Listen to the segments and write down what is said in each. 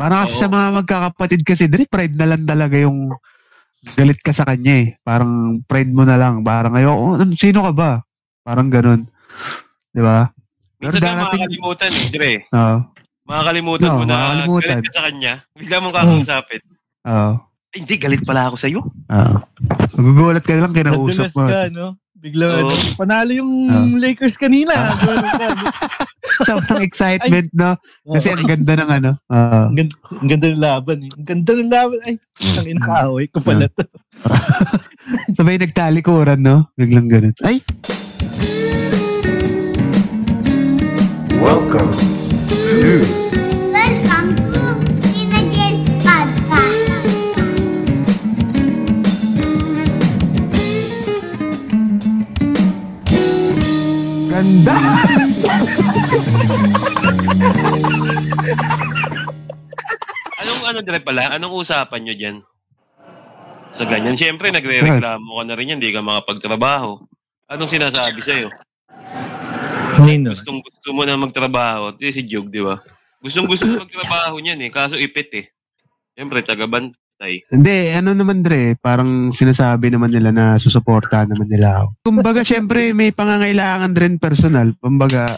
Para kasi Oo. sa mga magkakapatid kasi, Dre, pride na lang talaga yung galit ka sa kanya eh. Parang pride mo na lang. Parang ayo, oh, ano- sino ka ba? Parang ganun. Di ba? Pero Minsan na darating, makakalimutan eh, Dre. oo, Makakalimutan No, mo na makakalimutan. galit ka sa kanya. Bigla mong kakausapin. oo, Ay, hindi, galit pala ako sa'yo. oo. Magugulat ka lang kinausap Nadulas mo. ka, no? Biglang, Oo. ano, panalo yung Ah. Lakers kanina. Ah. Ganun ka. Sobrang excitement, no? Kasi Oo. ang ganda ng ano. Oo. Ang ganda, ang ganda ng laban eh. Ang ganda ng laban. Ay, ang inakaaway ko pala to. Sabay nagtalikuran, no? Biglang ganun. Ay! Welcome to Welcome to Teenager Podcast. Ganda! Anong, ano Dre pala? Anong usapan nyo dyan? Sa ganyan. Siyempre, nagre-reklamo ka na rin yan. Hindi ka makapagtrabaho. Anong sinasabi sa'yo? Kanino? Gustong gusto mo na magtrabaho. Ito si Jog, di ba? Gustong gusto mo magtrabaho niyan eh. Kaso ipit eh. Siyempre, taga-bantay. Hindi, ano naman Dre, parang sinasabi naman nila na susuporta naman nila ako. Kumbaga, syempre, may pangangailangan rin personal. Kumbaga,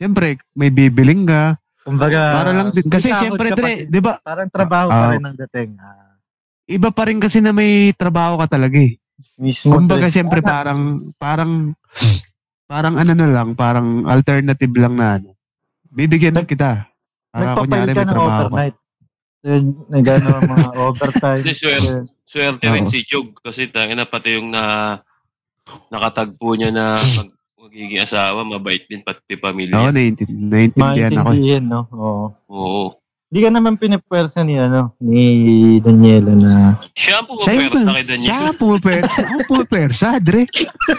syempre, may bibiling ka. Kumbaga, Para lang din. Kasi may sahod syempre, Ah, ka pa Dre, din. di ba, Parang trabaho pa Ah. rin ang dating. Ah, iba pa rin kasi na may trabaho ka talaga eh. mismo. Ah, Kumbaga, Dre. syempre, parang, parang, parang ano na lang, parang alternative lang na ano. Bibigyan lang kita. Para Nagpapalit kunyari may ka ng trabaho ka. overnight. Then, Nagano ang mga overtime. Kasi swerte, swerte rin Oo. si Jog. Kasi tangin na pati yung na, nakatagpo niya na mag, magiging asawa, mabait din pati Oo, pamilya. naiintin- naiintindihan ako. Maintindihan, no? Oo. Oo. Hindi ka naman pinipwersa ni, ano, ni Daniela na Siya ang Siya yung pumapera sa kay Daniel. Siya ang pumapersa. Ako pumapersa, Dre.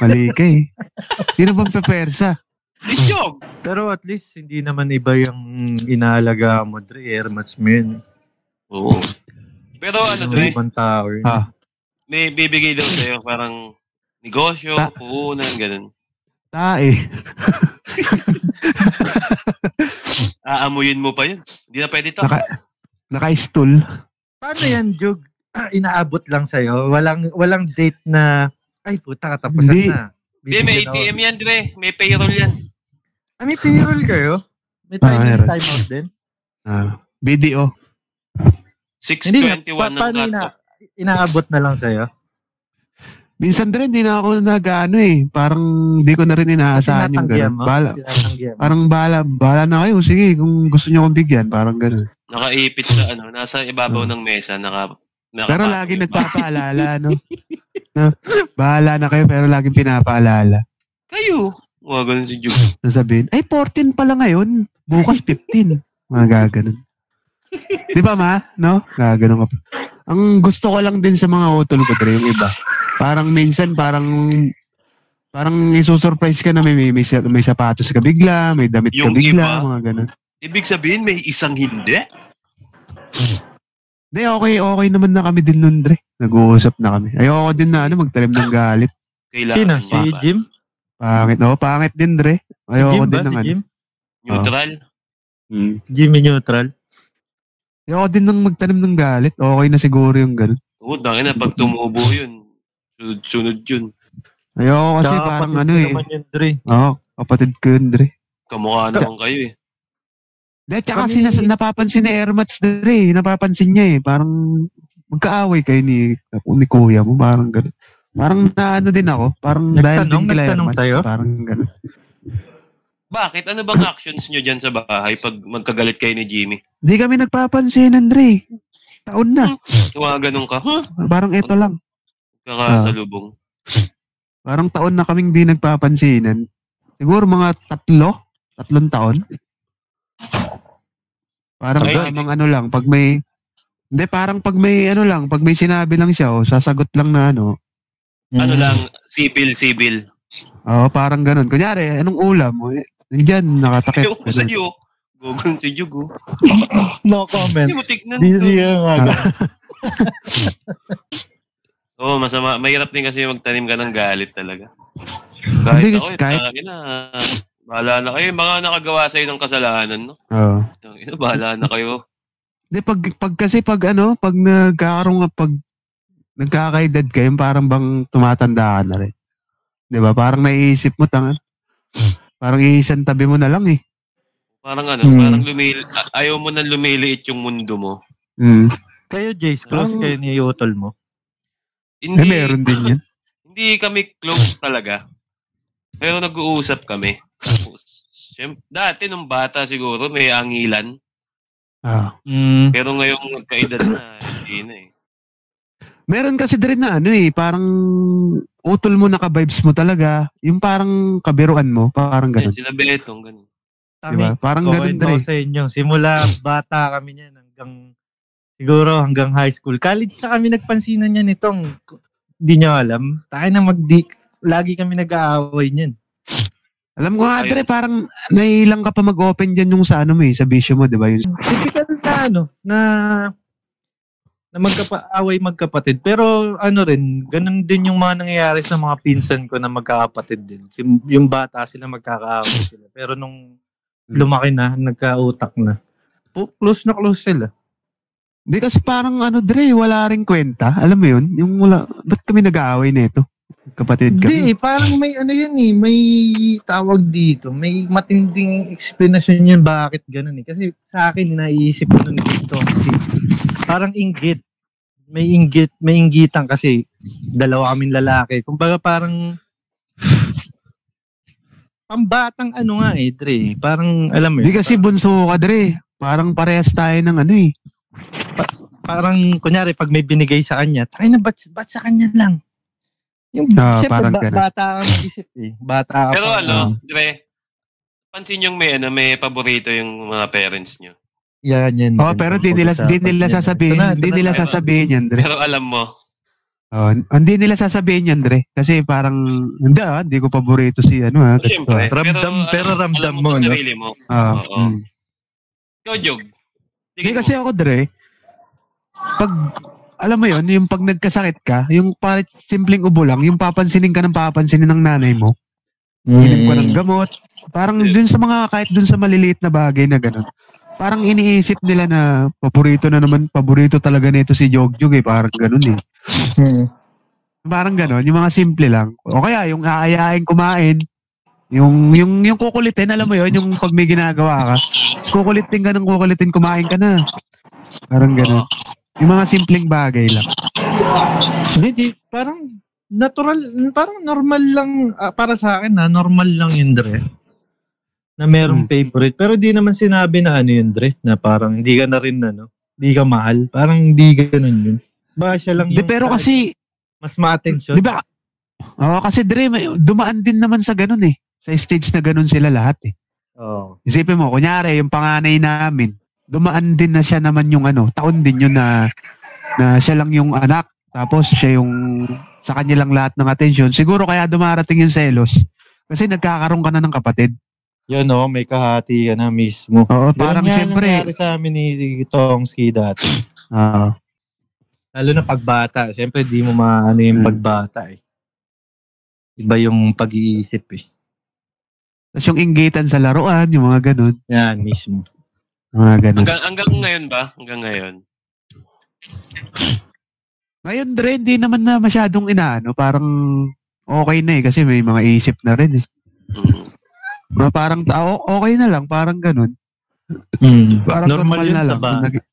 Mali ka eh. Sino bang papersa? Si Jog! Pero at least hindi naman iba yung inaalaga mo, Dre. Air mas mo yun. Oo. Pero ano, Yung Dre, ibang tao. yun. Ah. may bibigay daw sa'yo parang negosyo, Ta- puhunan, ganun. Tae. Aamuyin mo pa yun. Hindi na pwede to. Naka, naka-stool. Paano yan, Jug? Ah, Inaabot lang sa'yo? Walang, walang date na, ay puta, katapusan Hindi. na. Hindi, may Bibigyan ako. ATM yan, Dre. May payroll yan. Ah, may payroll kayo? May Ah, time, meron. time out din? Ah, BDO. Hindi na. 621 Pa- ng paano cut ina, inaabot na lang sa'yo? Minsan Dre, hindi na ako nag-ano eh. Parang di ko na rin inaasahan Ah, yung Tinatanggihan gano'n. mo? Bala, Tinatanggihan mo? parang bala, bala na kayo. Sige, kung gusto nyo akong bigyan, parang gano'n. Nakaipit sa ano, nasa ibabaw Oo. ng mesa, naka, naka Pero lagi nagpapaalala, no? no? Bahala na kayo, pero laging pinapaalala. Kayo! Mga ganun si Jug. Sasabihin, ay 14 pala ngayon. Bukas 15. Mga gaganon. Di ba ma? No? Gaganon ka pa. Ang gusto ko lang din sa mga utol ko, Dre, yung iba. Parang minsan, parang parang isusurprise ka na may, may, may, sa- may sapatos ka bigla, may damit ka Yung bigla, iba? mga ganon. Ibig sabihin, may isang hindi? Hindi, okay, okay naman na kami din nun, Dre. Nag-uusap na kami. Ayoko din na ano, magtalim ng galit. Kailangan Sino? niya Si ba? Jim? Pangit. Oo, pangit din, Dre. Si Jim Ayoko ba? din ng Si ano. Jim? Neutral? Hmm. Mm. Jimmy Neutral? Ayoko din ng magtanim ng galit. Okay na siguro yung ganun. Oo, tangin na, pag tumubo yun, sunod-sunod yun. Ayoko kasi Tsaka parang kapatid ano ko eh. naman yun, Dre. Oo, kapatid ko yun, Dre. Kamukha naman kayo eh. De, tsaka Kami- sinas- napapansin ni Ermats, Dre. Napapansin niya eh. Parang magkaaway kayo ni, ni kuya mo. Parang ganun. Parang naano din ako. Parang dahil Nagtanong- din kila nagtanong Ermats. tayo? Parang ganun. Bakit? Ano bang actions nyo dyan sa bahay pag magkagalit kayo ni Jimmy? Hindi kami nagpapansin, Dre. Taon na. Tumaganong ka, huh? Parang eto lang. Kakasalubong. Parang taon na kaming di nagpapansinan. Siguro mga tatlo. Tatlong taon. Parang Ay, Ay, hindi. ano lang. Pag may... Hindi, parang pag may ano lang, pag may sinabi lang siya, o, sasagot lang na ano, Ah. Ano Mm. lang, sibil, sibil. Oo, parang ganun. Kunyari, anong ulam mo? Eh, Diyan, nakatakip. Ayoko sa'yo. Gogon si Jugo. No Hindi comment. mo Ano tignan Di, di, to. nga. Oo, masama. Mahirap din kasi magtanim ka ng galit talaga. Hindi, Kahit ako, kahit- kahit... na, bahala na kayo. Mga nakagawa sa'yo ng kasalanan, no? Oo. Tangina, Bahala na kayo. Hindi, pag, pag kasi pag ano, pag nagkakaroon nga, pag nagkakaedad kayo, parang bang tumatanda ka na rin. Di ba? Parang naiisip mo, tanga. Parang iisang tabi mo na lang eh. Parang ano, Hmm. parang lumili, a- ayaw mo nang lumiliit yung mundo mo. Mm. Kayo, Jace, close Ang- kayo ni Yotol mo. Eh, Hindi, meron din yan. hindi kami close talaga. Pero nag-uusap kami. Tapos, syem- dati nung bata siguro may angilan. Ah. Mm. Pero ngayong nagkaedad na, hindi na eh. Meron kasi din na ano eh, parang utol mo naka-vibes mo talaga. Yung parang kabiruan mo, parang Yan, ganun. sila Betong, ganun. Di ba? Parang ganun Kukwento ko din eh. sa inyo. Simula bata kami niyan hanggang siguro hanggang high school. College na kami nagpansinan niyan itong di nyo alam. Tayo na magdi lagi kami nag-aaway niyan. Alam ko nga, Ayun. Dre, parang nailang ka pa mag-open dyan yung sa ano mo eh, sa bisyo mo, di ba? Yung, Mm. Typical na ano na na magkapa-away magkapatid. Pero ano rin, ganun din yung mga nangyayari sa mga pinsan ko na magkakapatid din. Yung, yung bata sila magkakaaway sila. Pero nung lumaki na, nagka-utak na. pu- Close na close sila. di kasi parang ano, Dre, wala rin kwenta. Alam mo yun? Yung wala, ba't kami nag-aaway nito? Kapatid kami. Hindi, eh, parang may ano yan eh, may tawag dito, may matinding explanation yan bakit ganun eh. Kasi sa akin, naiisip ko nun dito kasi parang inggit. May inggit, may inggitan kasi dalawa kaming lalaki. Kumbaga parang pambatang ano nga eh, Dre. Parang alam mo Di yun, kasi bunso ka, Dre. Parang parehas tayo ng ano eh. parang kunyari pag may binigay sa kanya, tayo na ba't, ba't sa kanya lang? Yung, Ah, syempre, parang ba- ganun. bata ka mag-isip eh. Bata ka Pero pa. ah. ano, Dre, pansin yung may, ano, may paborito yung mga parents nyo. Yan, yan. Oh, yan. pero di nila, di nila Ito na, sasabihin, ito di na. nila sasabihin yan, Dre. Pero alam mo, Oh, hindi nila sasabihin yan, Dre. Kasi parang, hindi ah, hindi ko paborito si ano Oh, ah. ganito, Siyempre. Ramdam, pero alam- ramdam alam mo, sa no? sarili mo. ah. Ah, Oo. mm. Ikaw, Jog. Hindi kasi ako, Dre, pag, alam mo yon yung pag nagkasakit ka, yung parang simpleng ubo lang, yung papansinin ka ng papansinin ng nanay mo, Mm. inim ka ng gamot, parang dun sa mga, kahit dun sa maliliit na bagay na gano'n, parang iniisip nila na paborito na naman, paborito talaga nito si Jogjog eh, parang gano'n eh. Mm. Hmm. Parang gano'n, yung mga simple lang. O kaya, yung aayain kumain, yung, yung, yung kukulitin, alam mo yon yung pag may ginagawa ka, tas kukulitin ka ng kukulitin, kumain ka na. Parang gano'n. Yung mga simpleng bagay lang. Hindi, di, parang natural, parang normal lang, ah, para sa akin na normal lang yun, Dre. Na merong Hmm. favorite. Pero di naman sinabi na ano yun, Dre, na parang hindi ka na rin, ano, hindi ka mahal. Parang hindi ganun yun. Baka siya lang Di, yung pero kasi, mas ma-attention. di ba, oh, kasi Dre, may- dumaan din naman sa ganun eh. Sa stage na ganun sila lahat eh. Oo. Isipin mo, kunyari, yung panganay namin, dumaan din na siya naman yung ano, taon din yun na, na siya lang yung anak, tapos siya yung sa kanya lang lahat ng attention. Siguro kaya dumarating yung selos. Kasi nagkakaroon ka na ng kapatid. Yun, oh, may kahati ka na mismo. Oo, parang Ganun nga syempre. nangyari sa amin ni Tongski dati. Oo. Lalo na pagbata. Siyempre, di mo maano yung Hmm. pagbata eh. Iba yung pag-iisip eh. tapos yung inggitan sa laruan, yung mga ganun. Yan, mismo. Mga ganun. Hanggang, hanggang ngayon ba? Hanggang ngayon. Ngayon, Dre, hindi naman na masyadong inaano. Parang okay na eh, kasi may mga isip na rin eh. Mm. Mga parang tao, okay na lang, parang ganun. Hmm. Parang normal, yun na sa lang. ba- Naging,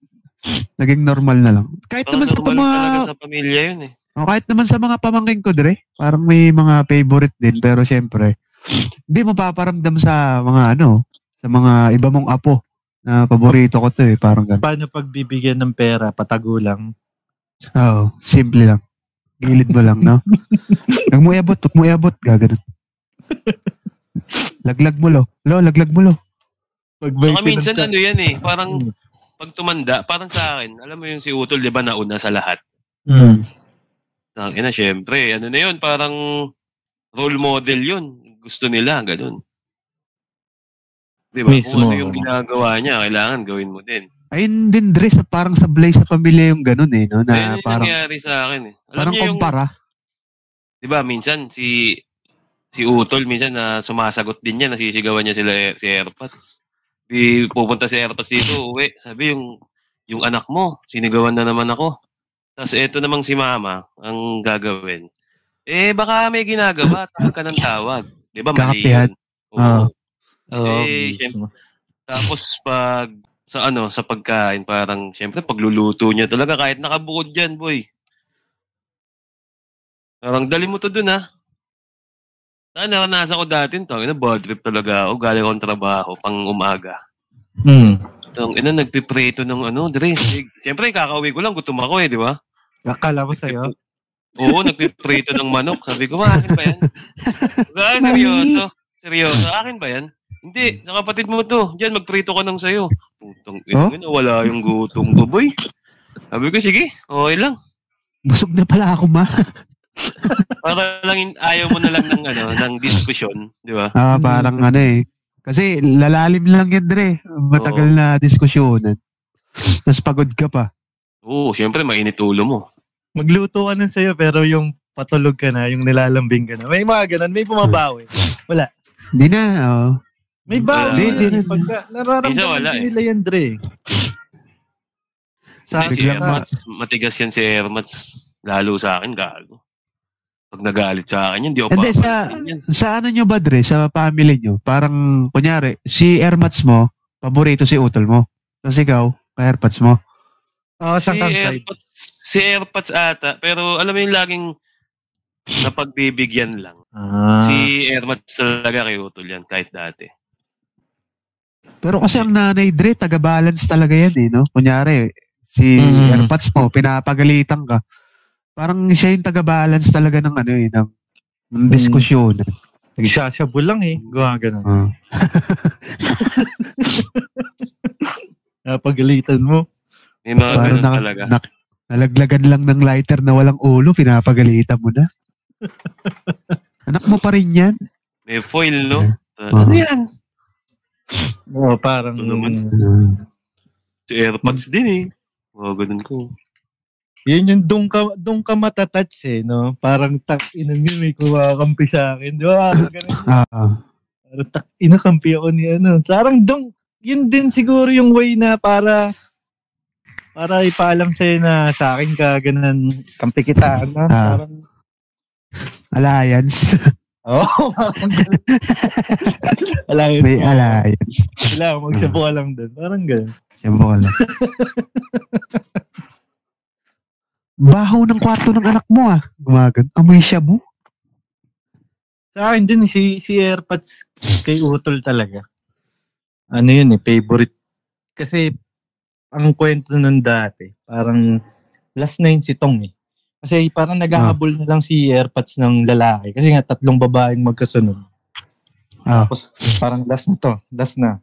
naging normal na lang. Kahit Baka naman sa normal Eh, mga, talaga sa pamilya yun eh. oh, kahit naman sa mga pamangkin ko, Dre, parang may mga favorite din, pero syempre, hindi mo paparamdam sa mga ano, sa mga iba mong apo na paborito ko to eh, parang ganun. Paano pagbibigyan ng pera? Patago lang. Oo, oh, simple lang. Gilid mo lang, no? Huwag mo iabot, huwag mo iabot, gaganon. Laglag mo, lo. Lo, laglag mo, lo. Pag Saka minsan ano yan eh. Parang Mm. pag tumanda, parang sa akin, alam mo yung si Utol, di ba, nauna sa lahat. Hmm. Ang ina, syempre, ano na yun, parang role model yun. Gusto nila, ganun. Di ba? Mismo. Kung ano yung ginagawa niya, kailangan gawin mo din. Ayun din, Dre, sa parang sablay sa pamilya yung ganun eh, no? Na Ayun yung parang, nangyari sa akin eh. Alam parang niyo yung, kumpara. di ba, minsan si si Utol, minsan na sumasagot din niya, nasisigawan niya sila si Airpods. Di pupunta si Airpods dito, uwi. Sabi yung, yung anak mo, sinigawan na naman ako. Tapos eto namang si mama, ang gagawin. Eh, baka may ginagawa, tawag ka ng tawag. Di ba, mali Kakapihan. yun? Oo. Ah. Oo, Eh, mismo. Tapos pag sa ano, sa pagkain, parang syempre pagluluto niya talaga kahit nakabukod diyan, boy. Parang dali mo to dun, ha? Na, naranasan ko dati to. Ina, bad trip talaga ako. Galing akong trabaho pang umaga. Mm. Tang ina, nagpipreto ng ano, Dre. Eh, Siyempre, kakauwi ko lang. Gutom ako eh, di ba? Akala ko sa'yo. Oo, nagpipreto ng manok. Sabi ko, "Ma, akin ba yan? Sabi, seryoso. Seryoso, akin ba yan? Hindi, sa kapatid mo to. Diyan, magprito ka ng sayo. Putang ina, Oh? wala yung gutom ko, boy. Sabi ko, sige, okay lang. Busog na pala ako, ma. Para lang in- ayaw mo na lang ng, ano, ng diskusyon, di ba? Ah, parang ano eh. Kasi lalalim lang yan, Dre. Matagal na diskusyonan. Tapos pagod ka pa. Oo, syempre, mainit ulo mo. Magluto ka na sa'yo, pero yung patulog ka na, yung nilalambing ka na. May mga ganun, may pumabawi. Hindi na, oh. May bawi. Hindi, hindi rin. Pagka, Minsan nararamdaman wala din eh. nila yan, Dre. Sa Kasi si biglang ma- Ermats, matigas yan si Ermats. Lalo sa akin, gago. Pag nagalit sa akin, yun, di ako Hindi, sa- papansin yan. Sa ano nyo ba, Dre? Sa family nyo? Parang, kunyari, si Airmats mo, paborito si Utol mo. Tapos ikaw, kay Airpods mo. Oo, sa si kangside. AirPods, si AirPods ata, pero alam mo yung laging napagbibigyan lang. Ah. Si AirPods talaga kay Utol yan, kahit dati. Pero kasi ang nanay, Dre, taga-balance talaga yan eh, no? Kunyari, si Mm. Airpods mo, pinapagalitan ka. Parang siya yung taga-balance talaga ng ano eh, ng, ng diskusyon. Nagsasabo lang eh. Gawa ganun. Ah. Napagalitan mo. May mga Parang ganun naka- talaga. nak- nalaglagan lang ng lighter na walang ulo, pinapagalitan mo na. Anak mo pa rin yan. May foil, no? Uh, Oo. ano Ah. yan? Oo, parang... Ito naman. Si AirPods Hmm. din eh. Oo, ganun ko. Yun yung doon ka, doon ka matatouch eh, no? Parang tak ina yun, may kumakampi sa akin. Di ba? Parang ganun. Ah, Parang tak ina kampi ako ni ano. Parang doon, yun din siguro yung way na para para ipaalam sa'yo na sa akin ka ganun, kampi kita, ano? Ah. Parang, alliance. oo, oh, parang ganun. Wala yun. May Mm. alliance. Wala, magsabo ka lang doon. Parang ganun. Yan po lang. Baho ng kwarto ng anak mo ah. Gumagan. Amoy shabu. Sa akin din, si, si Airpods kay Utol talaga. Ano yun eh, favorite. Kasi, ang kwento nun dati, parang last nine si Tong eh. Kasi parang naghahabol na lang si Airpods ng lalaki. Kasi nga, tatlong babaeng magkasunod. Ah. Tapos, parang last na to. Last na.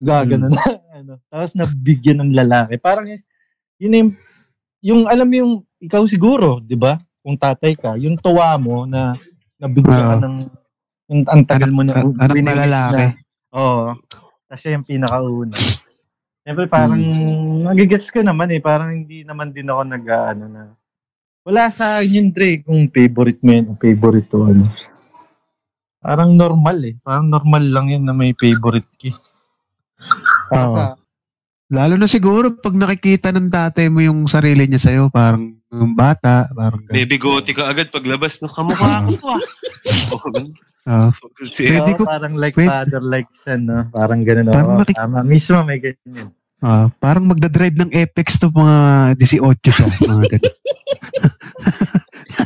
Gagano na. ano. Tapos, nabigyan ng lalaki. Parang, yun na yung, yung alam mo yung, ikaw siguro, di ba? Kung tatay ka, yung tuwa mo na nabigyan ka Ah. ng, yung ang tagal mo na, An- Ah, anak na winiwis lalaki. Oo. Kasi yung pinakauna. Siyempre parang Hmm. nagigets ko naman eh. Parang hindi naman din ako nag ano na. Wala sa akin yung Dre kung favorite mo yun o favorite to ano. Parang normal eh. Parang normal lang yun na may favorite ka. eh. Para Oo. sa, Lalo na siguro pag nakikita ng tatay mo yung sarili niya sa'yo, parang ng bata, parang May ganun. bigote ka agad paglabas. No, kamukha Hmm. ko ah. Oo, ganun. Ah. Si Pwede Oo, ko- parang like pwede- father, like son. No? Parang ganun. Parang Parang nakik- Tama. Mismo may ganyan. Ah, parang magdadrive ng Apex to mga 18 siya. Mga ganun.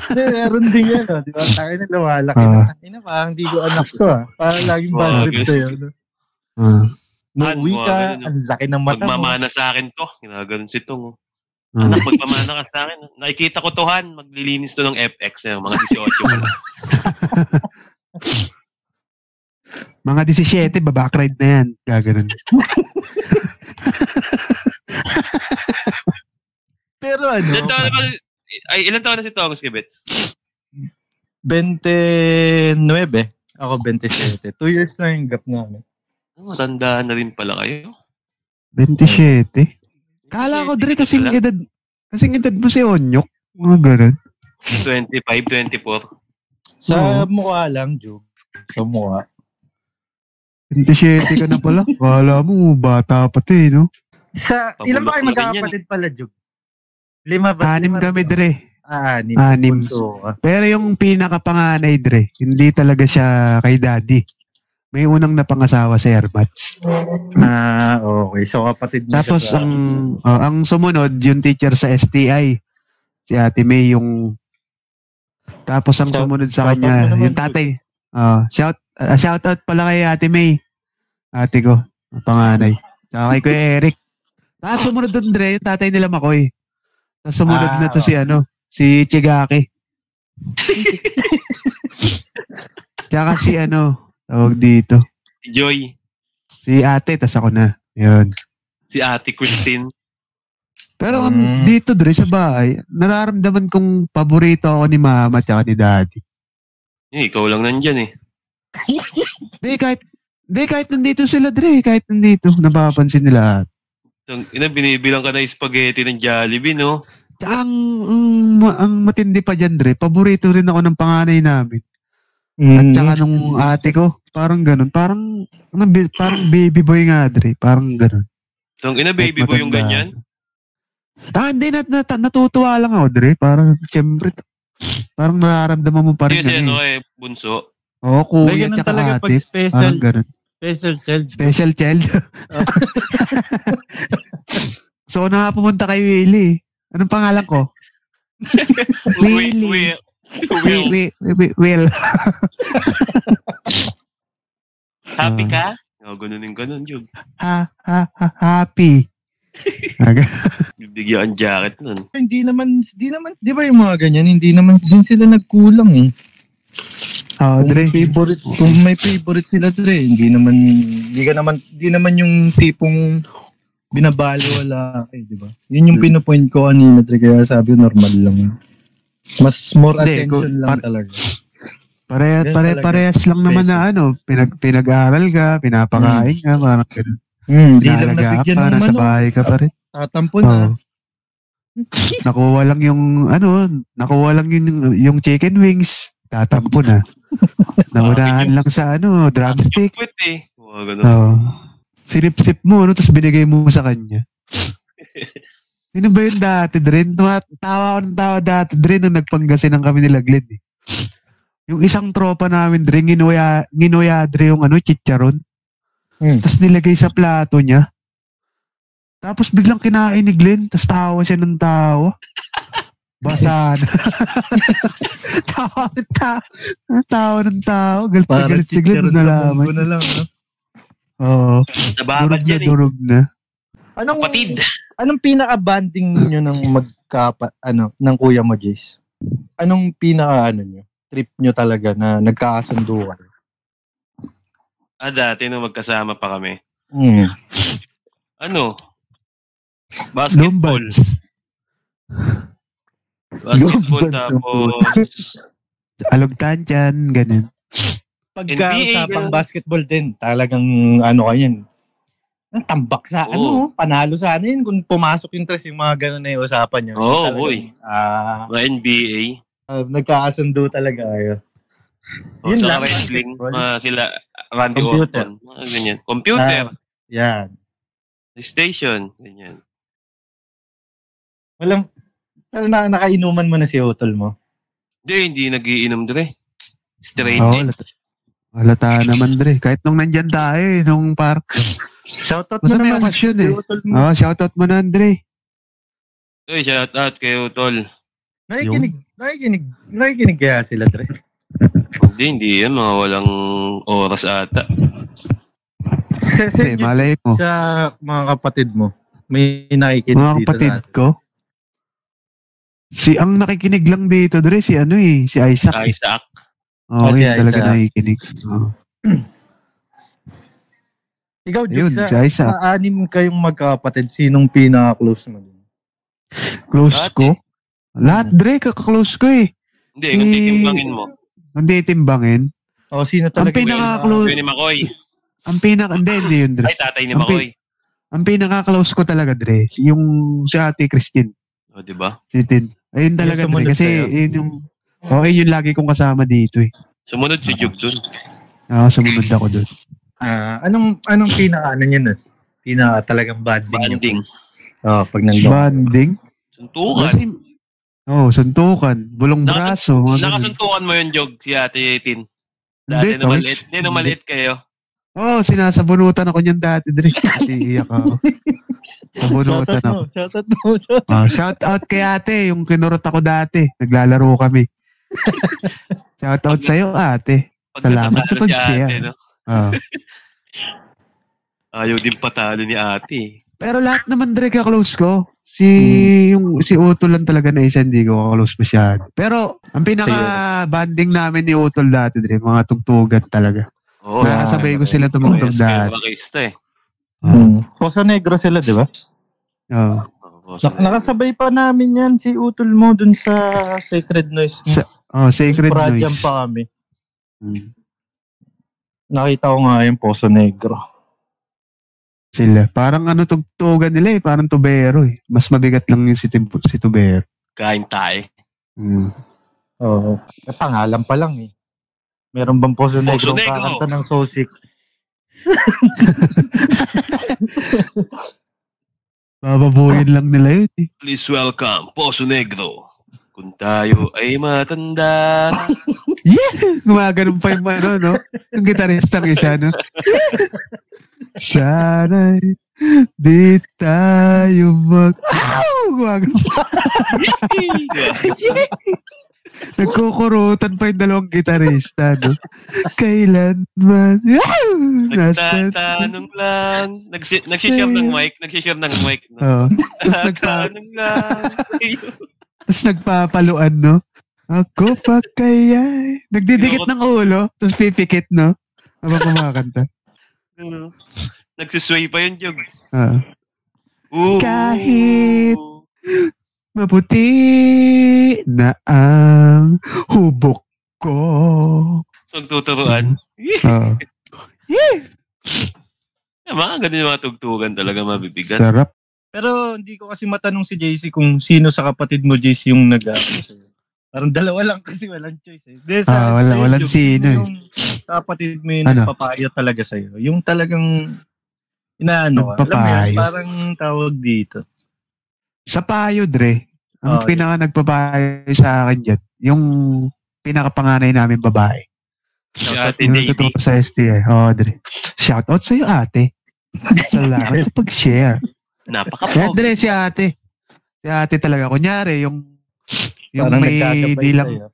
Hindi, meron din yan. Oh. Di ba? Tayo na lumalaki. Ah. na. Ina, parang di ko anak to ah. Parang laging bad Wag. trip sa'yo. No? Ah, Umuwi Ano, ka, ano, ang laki ng mata mo. Hmm. Magmamana sa akin to. Ginaganon si Tong. oh. ah. Anak, magmamana ka sa akin. Nakikita ko to, Han. Maglilinis to ng FX. Na, mga 18 pa lang. Mga 17, baback ride na yan. Gaganon. Pero ano, Ilan taon na ba? Ay, ilan taon na si Thomas Kibitz? 29. eh. Ako 27. Two years na ano. yung gap namin. Matanda Ah. na rin pala kayo. 27. Kala ko, Dre, kasing edad, kasing edad mo si Onyok. Mga ganun. 25, 24. Sa Oo. mukha lang, Joe. Sa mukha. 27 ka na pala. Kala mo, bata pa to eh, no? Sa, ilan ba kayo Pabulok-bulakin magkakapatid pala, Jug? Lima ba? Anim Lima- kami, Dre. Ah, anim. Anim. So, ah, Pero yung pinakapanganay, Dre, hindi talaga siya kay daddy. May unang napangasawa si Hermats. ah, okay. So, kapatid mo siya Tapos, sa- ang, oh, ang sumunod, yung teacher sa STI, si Ate May, yung... Tapos, ang Shout- sumunod shout sa out mo kanya, naman, yung tatay. Oh, shout, ah, shout out pala kay Ate May. Ate ko, ang panganay. Tsaka kay Kuya Eric. Tapos, sumunod doon, Dre, yung tatay nila Makoy. Tapos, sumunod Ah, na to si, ano, si Chigaki. Tsaka si, ano, tawag dito. Si Joy, Si ate, tas ako na. Yun. si Ate Christine. Pero Mm. ang- dito, Dre, sa bahay, nararamdaman kong paborito ako ni mama at ni daddy. Eh, ikaw lang nandyan eh. Hindi, kahit, hindi, kahit nandito sila, Dre, kahit nandito, napapansin nila. Tang- Ina, binibilang ka na yung spaghetti ng Jollibee, no? Tsaka ang, ang, ma- ang matindi pa dyan, Dre, paborito rin ako ng panganay namin. At Mm-hmm. Hmm. saka nung ate ko, parang ganun. Parang, nabi- parang baby boy nga, Dre. Parang ganun. Tang ina, Kahit baby boy yung matanda. ganyan. Ah, hindi, nat, nat, natutuwa lang ako, Dre. Parang, syempre, t- parang nararamdaman mo pa Hindi rin. kasi ano Ano, eh. eh, bunso. Oo, Ay, kuya, ganun tsaka talaga pag ate. special, Parang ganun. special child. Special child. so, nakapumunta kay Willie. Anong pangalan ko? Uwi, Willie. uwi. Will. Will, Will. Will. Will. happy Ah. ka? O, ganun yung ganun, Jug. Ha, ha, ha, happy. Aga- Bibigyan ang jacket nun. Hindi naman, di naman, di ba yung mga ganyan, hindi naman din sila nagkulang eh. oh, Kung Dre. favorite, kung may favorite sila Dre, hindi naman, hindi ka naman, hindi naman yung tipong binabalo wala eh, di ba? Yun yung pinupoint ko kanina Dre, kaya sabi ko normal lang. Mas more Hindi, attention kung- lang par- talaga. Pare, Ganun pare, talaga. parehas lang naman na ano, pinag, pinag-aral ka, pinapakain ka, parang ganun. Hmm, hindi lang Pinalaga ka nabigyan pa, ng nasa ano, bahay ka pa rin. tatampo na. Oo. Nakuha lang yung, ano, nakuha lang yung, yung chicken wings, tatampo na. Naunahan lang sa, ano, drumstick. Yung puwet eh. O, ganun. Mm. Oo. Sinip-sip mo, ano, tapos binigay mo sa kanya. Sino ba yun dati, Dren? Tuma- Tawa ko ng tawa dati, Dren, nung nagpanggasinan kami nila Glenn. Eh. Yung isang tropa namin, Dren, ginuya, ginuya, Dre, yung ano, chicharon. Hmm. Tapos nilagay sa plato niya. Tapos biglang kinain ni Glenn, tapos tawa siya ng tawa. Basa na. tawa ng tawa. Tawa ng tawa. Galit na Para galit si Glenn. doon chicharon sa Nalaman. munggo na lang. No? Oo. durog Nababad na, yan eh. durog na. Anong, Kapatid. anong pinaka-banding nyo ng magkapa, ano, ng kuya mo, Jace? Anong pinaka, ano nyo, trip nyo talaga na nagkakasundo kayo? Ah, dati nung magkasama pa kami. Hmm. Ano? Basketball. Lombards. Basketball Lombards ang tapos... Alugtan dyan, ganun. Pagka NBA, usapang ganun. basketball din, talagang ano ka yan. Ang tambak sa Oo. ano, panalo sana yun. Kung pumasok yung tres, yung mga ganun na yung usapan niya. Oo, Talagang, boy. Ah, Mga NBA. ah, nagkakasundo talaga kayo. O, Yun sa lang, Ah, wrestling. basketball. Mga sila, Randy Computer. Orton. Mga ganyan. Computer. Ah, yan. PlayStation. Ganyan. Walang, Tal na nakainuman mo na si Otol mo. Hindi, hindi nagiinom dre. Straight Oo, eh. halata. Halata naman, Dre. Kahit nung nandyan tayo, eh, nung par... Shoutout mo Basta may naman occasion, si eh. Otol mo. Oh, shoutout mo na, Dre. Uy, shout out kayo, tol. Nakikinig, nakikinig, nakikinig kaya sila, Dre. Hindi, hindi yan. Mga walang oras ata. Sa, sa, Hindi, inyo, malay mo. sa mga kapatid mo, may nakikinig Mga dito kapatid sa atin. ko. Si ang nakikinig lang dito, Dre, si ano eh, si Isaac. Ay, sa ak- Oo, oh, Ah, si yun talaga Isaac. nakikinig. Oo. Ikaw, Jug, Ayun, sa- si Isaac. Sa anim kayong magkakapatid, sinong pinaka-close mo dun? Close Lahat eh. ko. Lahat, Dre, kaka-close ko eh. Hindi, kung Eh, titimbangin mo. Hindi timbangin. O sino talaga? Ang pinaka-close- Yun ni Makoy. Ang pinaka... Hindi, hindi yun, Dre. Ay, tatay ni Ang pi- Makoy. Ang pinaka-close ko talaga, Dre, yung si Ate Christine. O, diba? di ba? Si Tin. Ayun talaga, Yung sumunod Dre. Kasi sa'yo. yun yung... Okay, yun lagi kong kasama dito eh. Sumunod si Jug dun. Ah, sumunod ako doon. Ah, anong anong pinaka ano niya nun? Pinaka talagang banding. Banding. Oh, pag nandun. Banding? Suntukan. Oo, oh, suntukan. Bulong Nakasun- braso. mga ganun. Nakasuntukan mo yun, Jog, si Ate Tin. Hindi, Dati nung Toy. maliit, hindi, nung maliit kayo. Oo, oh, sinasabunutan ako niyan dati, Dre. Iiyak ako. Sabunutan ako. Shoutout mo. Shoutout Ah, shout out kay ate, yung kinurot ako dati. Naglalaro kami. shout out sa'yo, ate. Pag Salamat sa natatalo si pag-share. Ate, no? Ah. Ayaw din patalo ni Ate. eh. Pero lahat naman, Dre, ka-close ko. Si, yung, si Utol lang talaga na isa, hindi ko ka-close masyado. Pero, ang pinaka-banding namin ni Utol dati, Dre, mga tugtugan talaga. Oo. ah. Nakasabay ko sila tumugtog Kaya dati. makista eh. Ah, Poso Hmm. Negro sila, di ba? oo. Oo, Nak- nakasabay pa namin yan si Utol mo dun sa Sacred Noise. Sa- Oh, Sacred Pradyam Noise. pa kami. Mm. Nakita ko nga yung Poso Negro. Sila. Parang ano tugtugan nila eh. Parang tubero eh. Mas mabigat lang yung si, tib- si tubero. Kain tayo. Mm. Oo. Eh, pangalan pa lang eh. Meron bang Poso Negro ang Negro! kakanta ng Sosik? Bababuhin lang nila yun eh. Please welcome Poso Negro. Kung tayo ay matanda na. Gumaganon pa yung ano, no? Yung gitaristang isa, no? Sana'y di tayo mag... Ow! Gumaganon. Nagkukurutan pa yung dalawang gitarista, no? Kailanman... Ow! Nasaan... Nagtatanong lang. Nagsi- nagsishare ng mic. Nagsishare ng mic. No? Oh. Tapos nagpa... Nagtatanong lang. Tapos nagpapaluan, no? Ako pa kaya... Nagdidikit ng ulo, tapos pipikit, no? Habang kumakanta. Ano? Nagsisway pa yun, Jog. Ah. Ooh. Kahit- Maputi na ang hubok ko. Ah. So, tuturuan. Oo. Yeah, mga ganun yung mga tugtugan talaga mabibigat. Sarap. Pero hindi ko kasi matanong si JC kung sino sa kapatid mo, JC, yung nag sa'yo. Parang dalawa lang kasi walang choice eh. Dahil Ah, wala- sa'yo, walang Jug, sino eh. Yung kapatid mo yung Ano? nagpapayo talaga sa'yo. Yung talagang inaano ka. Alam mo yun, Nagpapayo. parang tawag dito. Sa payo, Dre, ang Oh, pinaka nagpapayo sa akin dyan, yung pinakapanganay namin babae. Si Ate Yung Daisy. natutuwa sa STI. Oo, Oh, Dre. Shout out sa'yo, ate. Salamat sa pag-share. Kaya Napaka-pogi. Dre, si ate. Si ate talaga. Kunyari, yung yung parang may nagkakabay di lang sa'yo.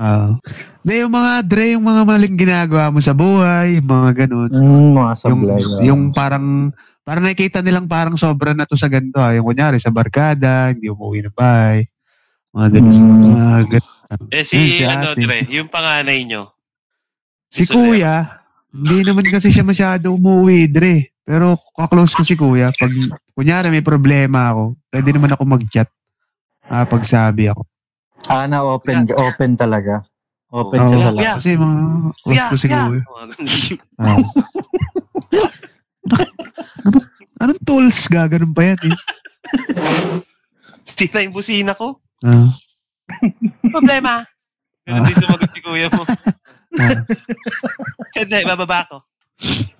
Ah. Hindi, yung mga Dre, yung mga maling ginagawa mo sa buhay, yung mga ganun. Mm, mga yung, sablay. ah. yung parang, parang nakikita nilang parang sobra na to sa ganito. ah. Yung kunyari, sa barkada, hindi umuwi na bahay. Mga ganun. Mm. Mga ganun. Eh Ayun, si, si ano, ate. Dre, yung panganay nyo. Si Isa kuya, hindi naman kasi siya masyado umuwi, Dre. Pero kaklose ko si kuya. Pag, kunyari, may problema ako, pwede naman ako mag-chat. Ah, pagsabi ako. Ah, na open, open talaga. Open Oh. siya Oo, sa lahat. Yeah. kasi mga close ko si kuya. Mga ganun. Ah. Ano- Anong tools gaganon pa yan eh? Sira yung busina ko. Ah. Problema. Ganun din sumagot si kuya mo. Ah. Hindi, bababa ko.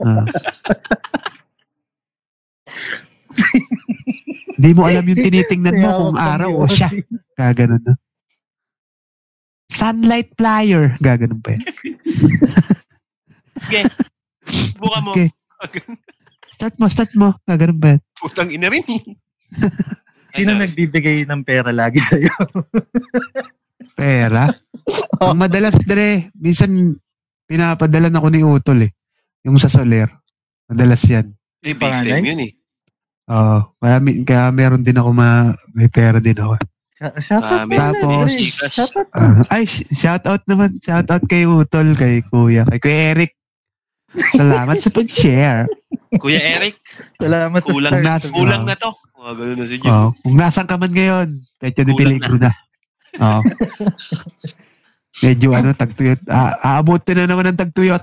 Ah. Di mo alam yung tinitingnan mo kung araw o siya. Gaganon na. Sunlight flyer. Gaganon pa yan. Sige. Buka mo. Okay. Start mo, start mo. Gaganon pa yan. Putang ina rin. Ay, Sino sorry. nagbibigay ng pera lagi sa'yo? Pera. Ang madalas, Dre, minsan pinapadalan ako ni Utol eh. Yung sa Soler. Madalas yan. May big time yun eh. Oo. kaya, mi- kaya meron din ako ma, may pera din ako. Shout out Dami. Tapos- Shout out. Ah, ay, shout out naman. Shout out kay Utol, kay Kuya, kay Kuya Eric. Salamat sa pag-share. Kuya Eric, Salamat sa Kulang start. na- kulang na to. Mga ganun na si Jim. Oh, kung nasan ka man ngayon, medyo di Kulang peligro na. Oo. medyo ano, tagtuyot. Ah, aabutin na naman ng tagtuyot.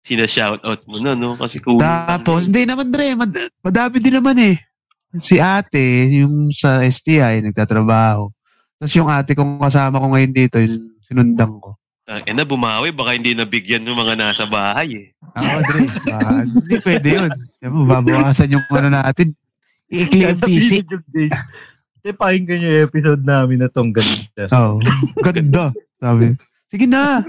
Sina-shoutout mo na, no? Kasi kulang. Tapos, hindi naman Dre, mad- madami din naman eh. Si ate, yung sa STI, nagtatrabaho. Tapos yung ate kong kasama ko ngayon dito, yung sinundang ko. Ang ina, bumawi. Baka hindi nabigyan ng mga nasa bahay eh. Ako, Dre. Ah, Hindi pwede yun. Diyan mo, babawasan yung ano natin. Iikli ang PC. Hindi, pakinggan niyo yung episode namin na tong ganito. Oo. Ganda. Sabi. Sige na.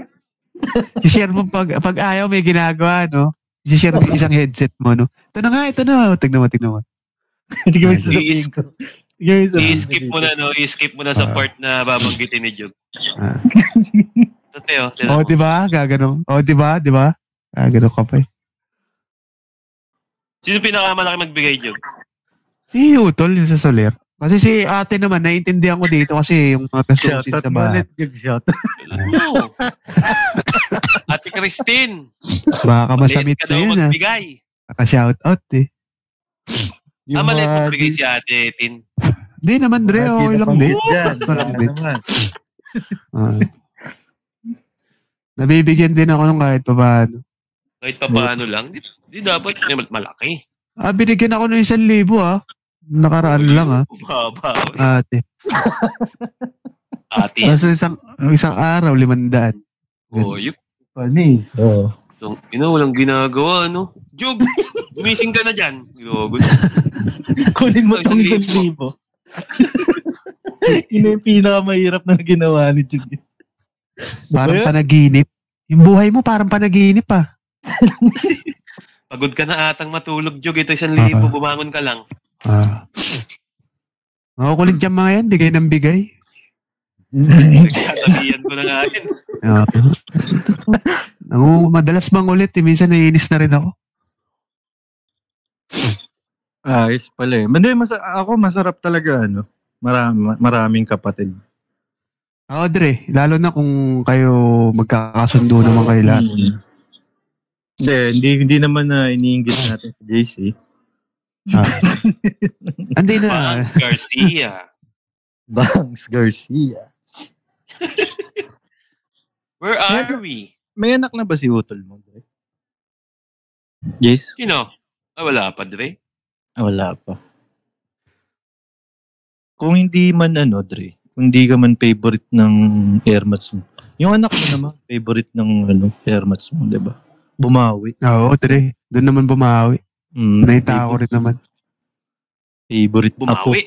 I-share mo pag, pag ayaw may ginagawa, no? I-share mo yung isang headset mo, no? Ito na nga, ito na. O, Tignan mo, tignan mo. Hindi ko sasabihin ko. Hindi ko sasabihin I-skip mo na, no? I-skip mo na sa Ah. part na babanggitin ni Jug. Ah. Ito, Teo. O, tingnan mo. Oh, di ba? Gagano. O, di ba? Di ba? Gagano ka pa eh. Sino pinakamalaki magbigay, Jug? Si Utol, yung sa Soler. Kasi si ate naman, naiintindihan ko dito kasi yung mga kasusin Shoutout sa mo bahay. ulit, Jug. Shoutout. No. Ate Christine. Baka masamit maliit Ah, ka na daw yun, ha? magbigay. Kaka-shoutout, eh. Ah, maliit magbigay si Ate Tin. Di naman, Dre. oh, Okay lang din. Dyan. Parang Ano din. naman? Ah. Nabibigyan din ako ng kahit pa paano. Kahit pa paano lang. Di, di dapat may mal- malaki. Ah, binigyan ako ng isang libo ah. Nakaraan lang ah. Baba. Ate. Ate. Tapos isang, isang araw, limandaan. Oh, yuk. Funny. So, Tong, ina, walang ginagawa, no? Jug! Gumising ka na dyan. Ginogo. kunin mo Isang tong isang libo. Yun yung pinakamahirap na ginawa ni Jug. Parang Ano ba yun? panaginip. Yung buhay mo parang panaginip ah. Pagod ka na atang matulog, Jug. Ito isang libo. Ah. Bumangon ka lang. Ah. Makukulit dyan mga yan. Bigay ng bigay. Nagsasabihan ko na nga yun. Ah. Nangu- madalas bang ulit eh. Minsan naiinis na rin ako. Ayos pala eh. Hindi, mas, ako masarap talaga ano. Maram, maraming kapatid. Ako, Dre. Lalo na kung kayo magkakasundo naman kayo lahat. Mm. Hindi, hindi, hindi naman na iniinggit natin si JC. Hindi na. Bang Garcia. Bangs Garcia. Where are we? May anak na ba si Utol mo? Dre? Jace? Sino? Ah, wala pa, Dre. Ah, wala pa. Kung hindi man ano, Dre, kung hindi ka man favorite ng airmats mo. Yung anak mo naman, favorite ng ano, airmats mo, di ba? Bumawi. Oo, Dre. Ah, Doon naman bumawi. Mm, Naitako rin naman. Favorite ako. Bumawi.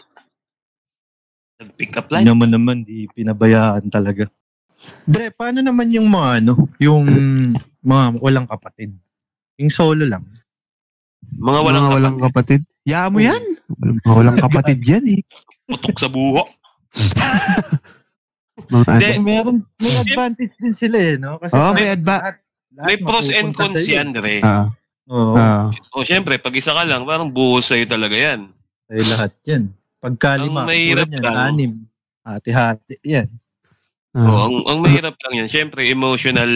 Nag-pick up line. Hindi naman naman, di pinabayaan talaga. Dre, paano naman yung mga ano, yung mga walang kapatid? Yung solo lang. Mga walang, mga walang kapatid. Yaan mo yan. Mga walang kapatid yan eh. Putok sa buho. Mga ano. Hindi. Meron, may advantage din sila eh, no? Kasi Oo, lahat- Oh, may adva- lahat May pros and mapupunta cons Ah, sa'yo. yan, Dre. Ah, Oo, ah. O, syempre, pag isa ka lang, parang buhos sa'yo talaga yan. sa'yo lahat yan. Pagka Ang lima, mahirap kurang yan, lang. anim. Hati-hati, yan. ah. Oo, Oh, ang, ang mahirap lang yan. Syempre, emotional,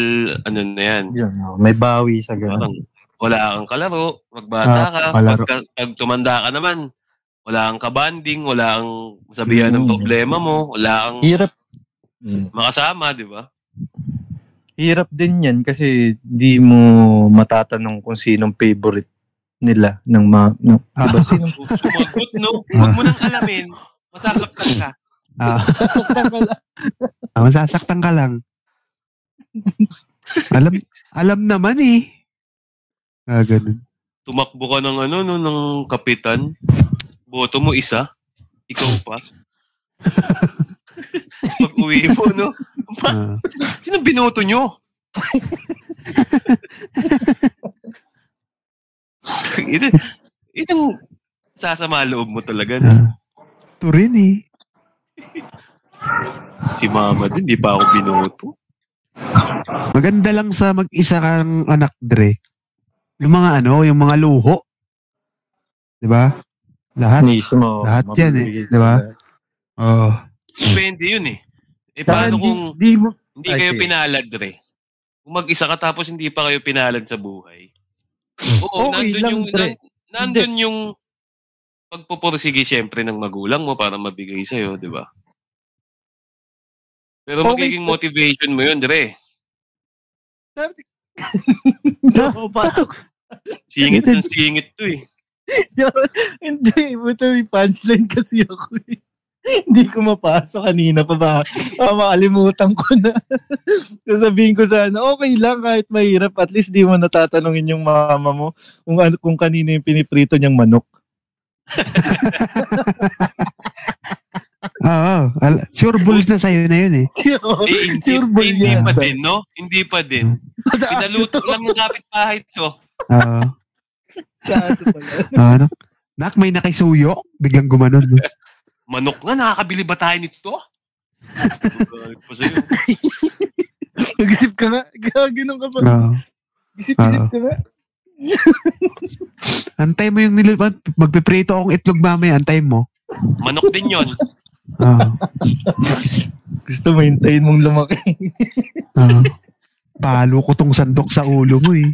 ano na yan. Yun, oh, may bawi sa ganun. Parang wala kang kalaro, magbata Ah, ka, kalaro. pagka, pag tumanda ka naman, wala kang kabanding, wala kang sabihan ng Mm. problema mo, wala kang Hirap. Mm. makasama, di ba? Hirap din yan kasi di mo matatanong kung sinong favorite nila ng mga... Ng, Ah. diba? Sinong Sumagot, no? Huwag mo nang alamin, masasaktan ka. Ah. Ah, masasaktan ka lang. alam, alam naman eh. Ah, ganun. Tumakbo ka ng ano, no, ng kapitan, boto mo isa, ikaw pa. pag uwi mo, no? Ah. Sino binoto nyo? ito, itong sasama loob mo talaga. No? ah. Ito rin eh. Si mama din, di ba ako binoto? Maganda lang sa mag-isa kang anak, Dre. Yung mga ano, yung mga luho. Di ba? Lahat. mismo. Lahat yan eh, mabibigay di ba? sila. Oh. Depende yun eh. Eh Saka paano di- kung di mo... hindi Ay, kayo sige. pinalad, Dre? Kung mag-isa ka tapos hindi pa kayo pinalad sa buhay. Oo, Okay nandun lang, yung, Dre. nan- nandun yung pagpupursige siyempre ng magulang mo para mabigay sa'yo, di ba? Pero Okay. magiging motivation mo yun, Dre. Oo, pa- Singit ng singit to eh. Hindi, buto may punchline kasi ako eh. Hindi ko mapasok kanina pa ba? Baka makalimutan ko na. Sasabihin ko sana, okay lang kahit mahirap. At least di mo natatanungin yung mama mo kung, ano, kung kanino yung piniprito niyang manok. Ah, Oo. al- sure bulls na sa'yo na yun eh. Eh, hindi, Sure eh, hindi yan. pa din, no? Hindi pa din. Pinaluto lang ng kapitbahay to. Oo. Sa aso pala. Ah, ano? Nak, may nakisuyo. Biglang gumanon. no? Manok nga, nakakabili ba tayo nito? Magalit pa sa'yo. Nag-isip ka nga. Ganun ka pa. Oo. Isip-isip ka nga. Antay mo yung niluluto. Magpiprito akong itlog mamaya. Antay mo. Ah. Manok din yon. Oo. Gusto mo hintayin mong lumaki. Oo. Ah, Palo ko tong sandok sa ulo mo eh.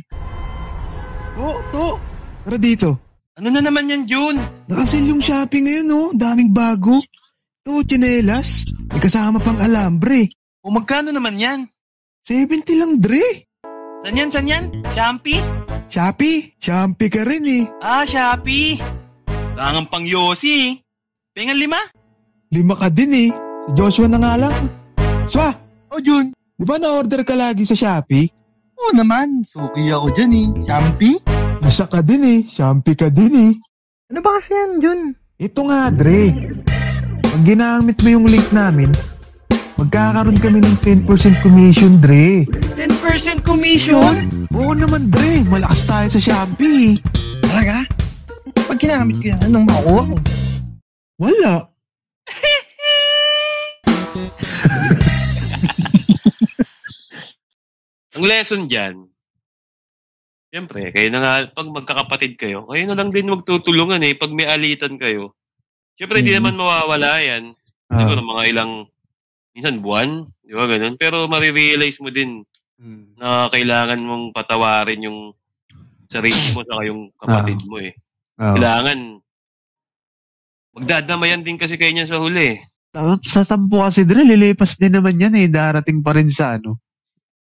To, to. Tara dito. Ano na naman yan, June? Nakasil yung shopping ngayon, no? Daming bago. To, chinelas. May kasama pang alambre. O magkano naman yan? 70 lang, Dre. San yan, san yan? Shopee? Shopee? Shopee ka rin eh. Ah, Shopee. Langang pang Yossi. eh. Pengan lima? Lima ka din eh. Si Joshua na nga lang. Swa, O Oh, Jun, di ba na-order ka lagi sa Shopee? oo naman. Suki ako dyan eh. Shampi? Isa ka din eh. Shopee ka din eh. Ano ba kasi yan, Jun? Ito nga, Dre. Pag ginamit mo yung link namin, magkakaroon kami ng 10% commission, Dre. 10% commission? Oo naman, Dre. Malakas tayo sa Shopee. eh. Talaga? Pag ginamit ko yan, anong makuha ko? Wala. Ang lesson dyan, Siyempre, kayo na nga, pag magkakapatid kayo, kayo na lang din magtutulungan eh, pag may alitan kayo. Siyempre, hindi naman mawawala yan. Ah. Siguro mga ilang, minsan buwan, di ba ganun? Pero marirealize mo din na kailangan mong patawarin yung sarili mo sa yung kapatid mo eh. Ah, Kailangan. Magdadamayan din kasi kayo niyan sa huli eh. Tama, sa tampo kasi Dre, lilipas din naman yan eh. Darating pa rin sa ano.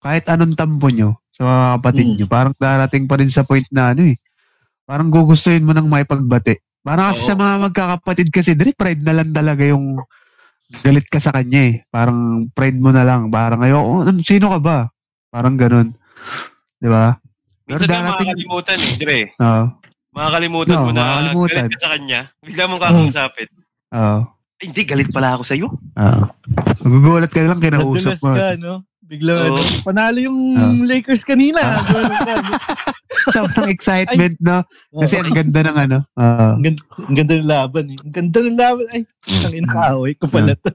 Kahit anong tampo nyo sa mga kapatid nyo, parang darating pa rin sa point na ano eh. Parang gugustuhin mo ng may pagbate. Parang kasi Oo. sa mga magkakapatid kasi Dre, pride na lang talaga yung galit ka sa kanya eh. Parang pride mo na lang. Parang ayo, oh, ano, sino ka ba? Parang ganun. Di ba? Pero Minsan lang darating- makakalimutan eh, Dre. Oo. Makakalimutan Oo, mo na makakalimutan. Mm. galit ka sa kanya. Bigla mong kakausapin. Oo. Ay, hindi, galit pala ako sa'yo. Oo. Magugulat ka lang kinausap Nadulas mo. ka, no? Biglang Oo. ano, panalo yung Ah. Lakers kanina. Ah. Ganun ka, no? Sobrang excitement, no? Kasi Oo. ang ganda ng ano. Oo. ang, ganda, ang ganda ng laban eh. Ang ganda ng laban. Ay, Mm. ang inakaaway ko pala Ah. to.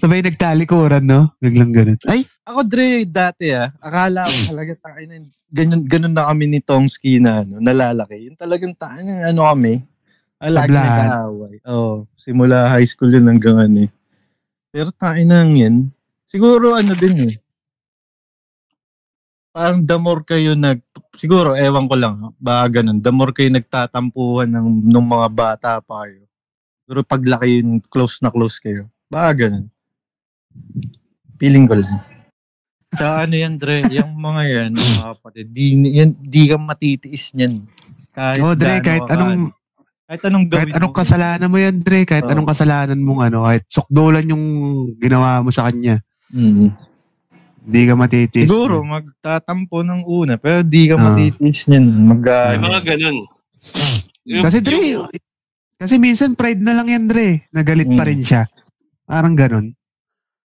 Sabay nagtalikuran, no? Biglang ganun. Ay, Ako, Dre, dati ah, akala ko talaga tayo na, ganun, ganun na kami ni Tongski na ano, nalalaki. Yung talagang tayo na ano kami, ah, lagi Tablahan. nag-aaway. Oo, simula high school yun hanggang ano eh. Pero tayo na lang yan. Siguro ano din eh. Parang the more kayo nag... Siguro, ewan ko lang, ah, baka ganun. The more kayo nagtatampuhan ng, ng mga bata pa kayo. Siguro paglaki yun, close na close kayo. Baka ganun. Feeling ko lang. Sa ano yan, Dre? Yung mga yan, mga kapatid, di, yan, di ka matitiis niyan. Kahit oh, Dre, gaano kahit ka- anong kahit anong gawin kahit anong mo. kasalanan mo yan, Dre, kahit Oo. anong kasalanan mong ano, kahit sukdulan yung ginawa mo sa kanya, Mm. hindi ka matitiis. Siguro, magtatampo ng una, pero di ka Ah. matitiis niyan. Mag, ah, May mga ganun. Yung- Kasi Dre, yung- kasi minsan pride na lang yan, Dre. Nagalit pa Mm. rin siya. Parang ganun.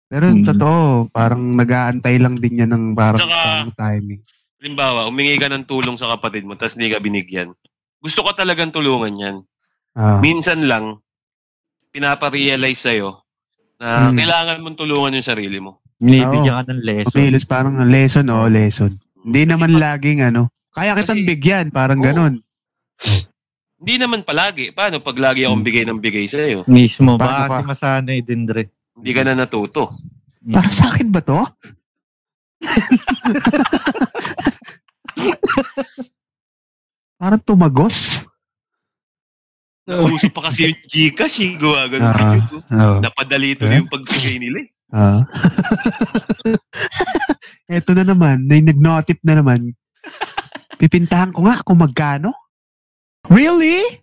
Pero Mm. totoo, parang nag-aantay lang din yan ng parang, Saka- parang timing. Halimbawa, humingi ka ng tulong sa kapatid mo, tapos hindi ka binigyan. Gusto ka talagang tulungan yan. Ah, Minsan lang, pinaparealize sa'yo na Mm. kailangan mong tulungan yung sarili mo. binibigyan ka ng lesson. Mabilis, parang lesson, oh, lesson. Hindi naman laging ano, kaya kitang Kasi- bigyan, parang Oo. ganun. Hindi naman palagi. Paano pag Mm. lagi akong bigay ng bigay sa'yo? Mismo, Paano baka ka- kasi masanay din, Dre. Hindi ka na natuto. Mm. Para sa akin ba to? Parang tumagos. So, Uso pa kasi yung Gcash, eh. Gawa ganun. Ah. Oo. Napadali to Eh? yung pagbigay nila eh. Ah. Eto na naman, may nag-notip na naman. Pipintahan ko nga kung magkano. Really?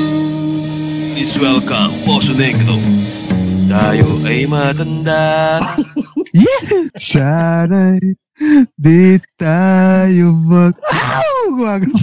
Please welcome Poso Negro. Tayo ay matanda. Sana'y di tayo mag... Ow! Gumagano.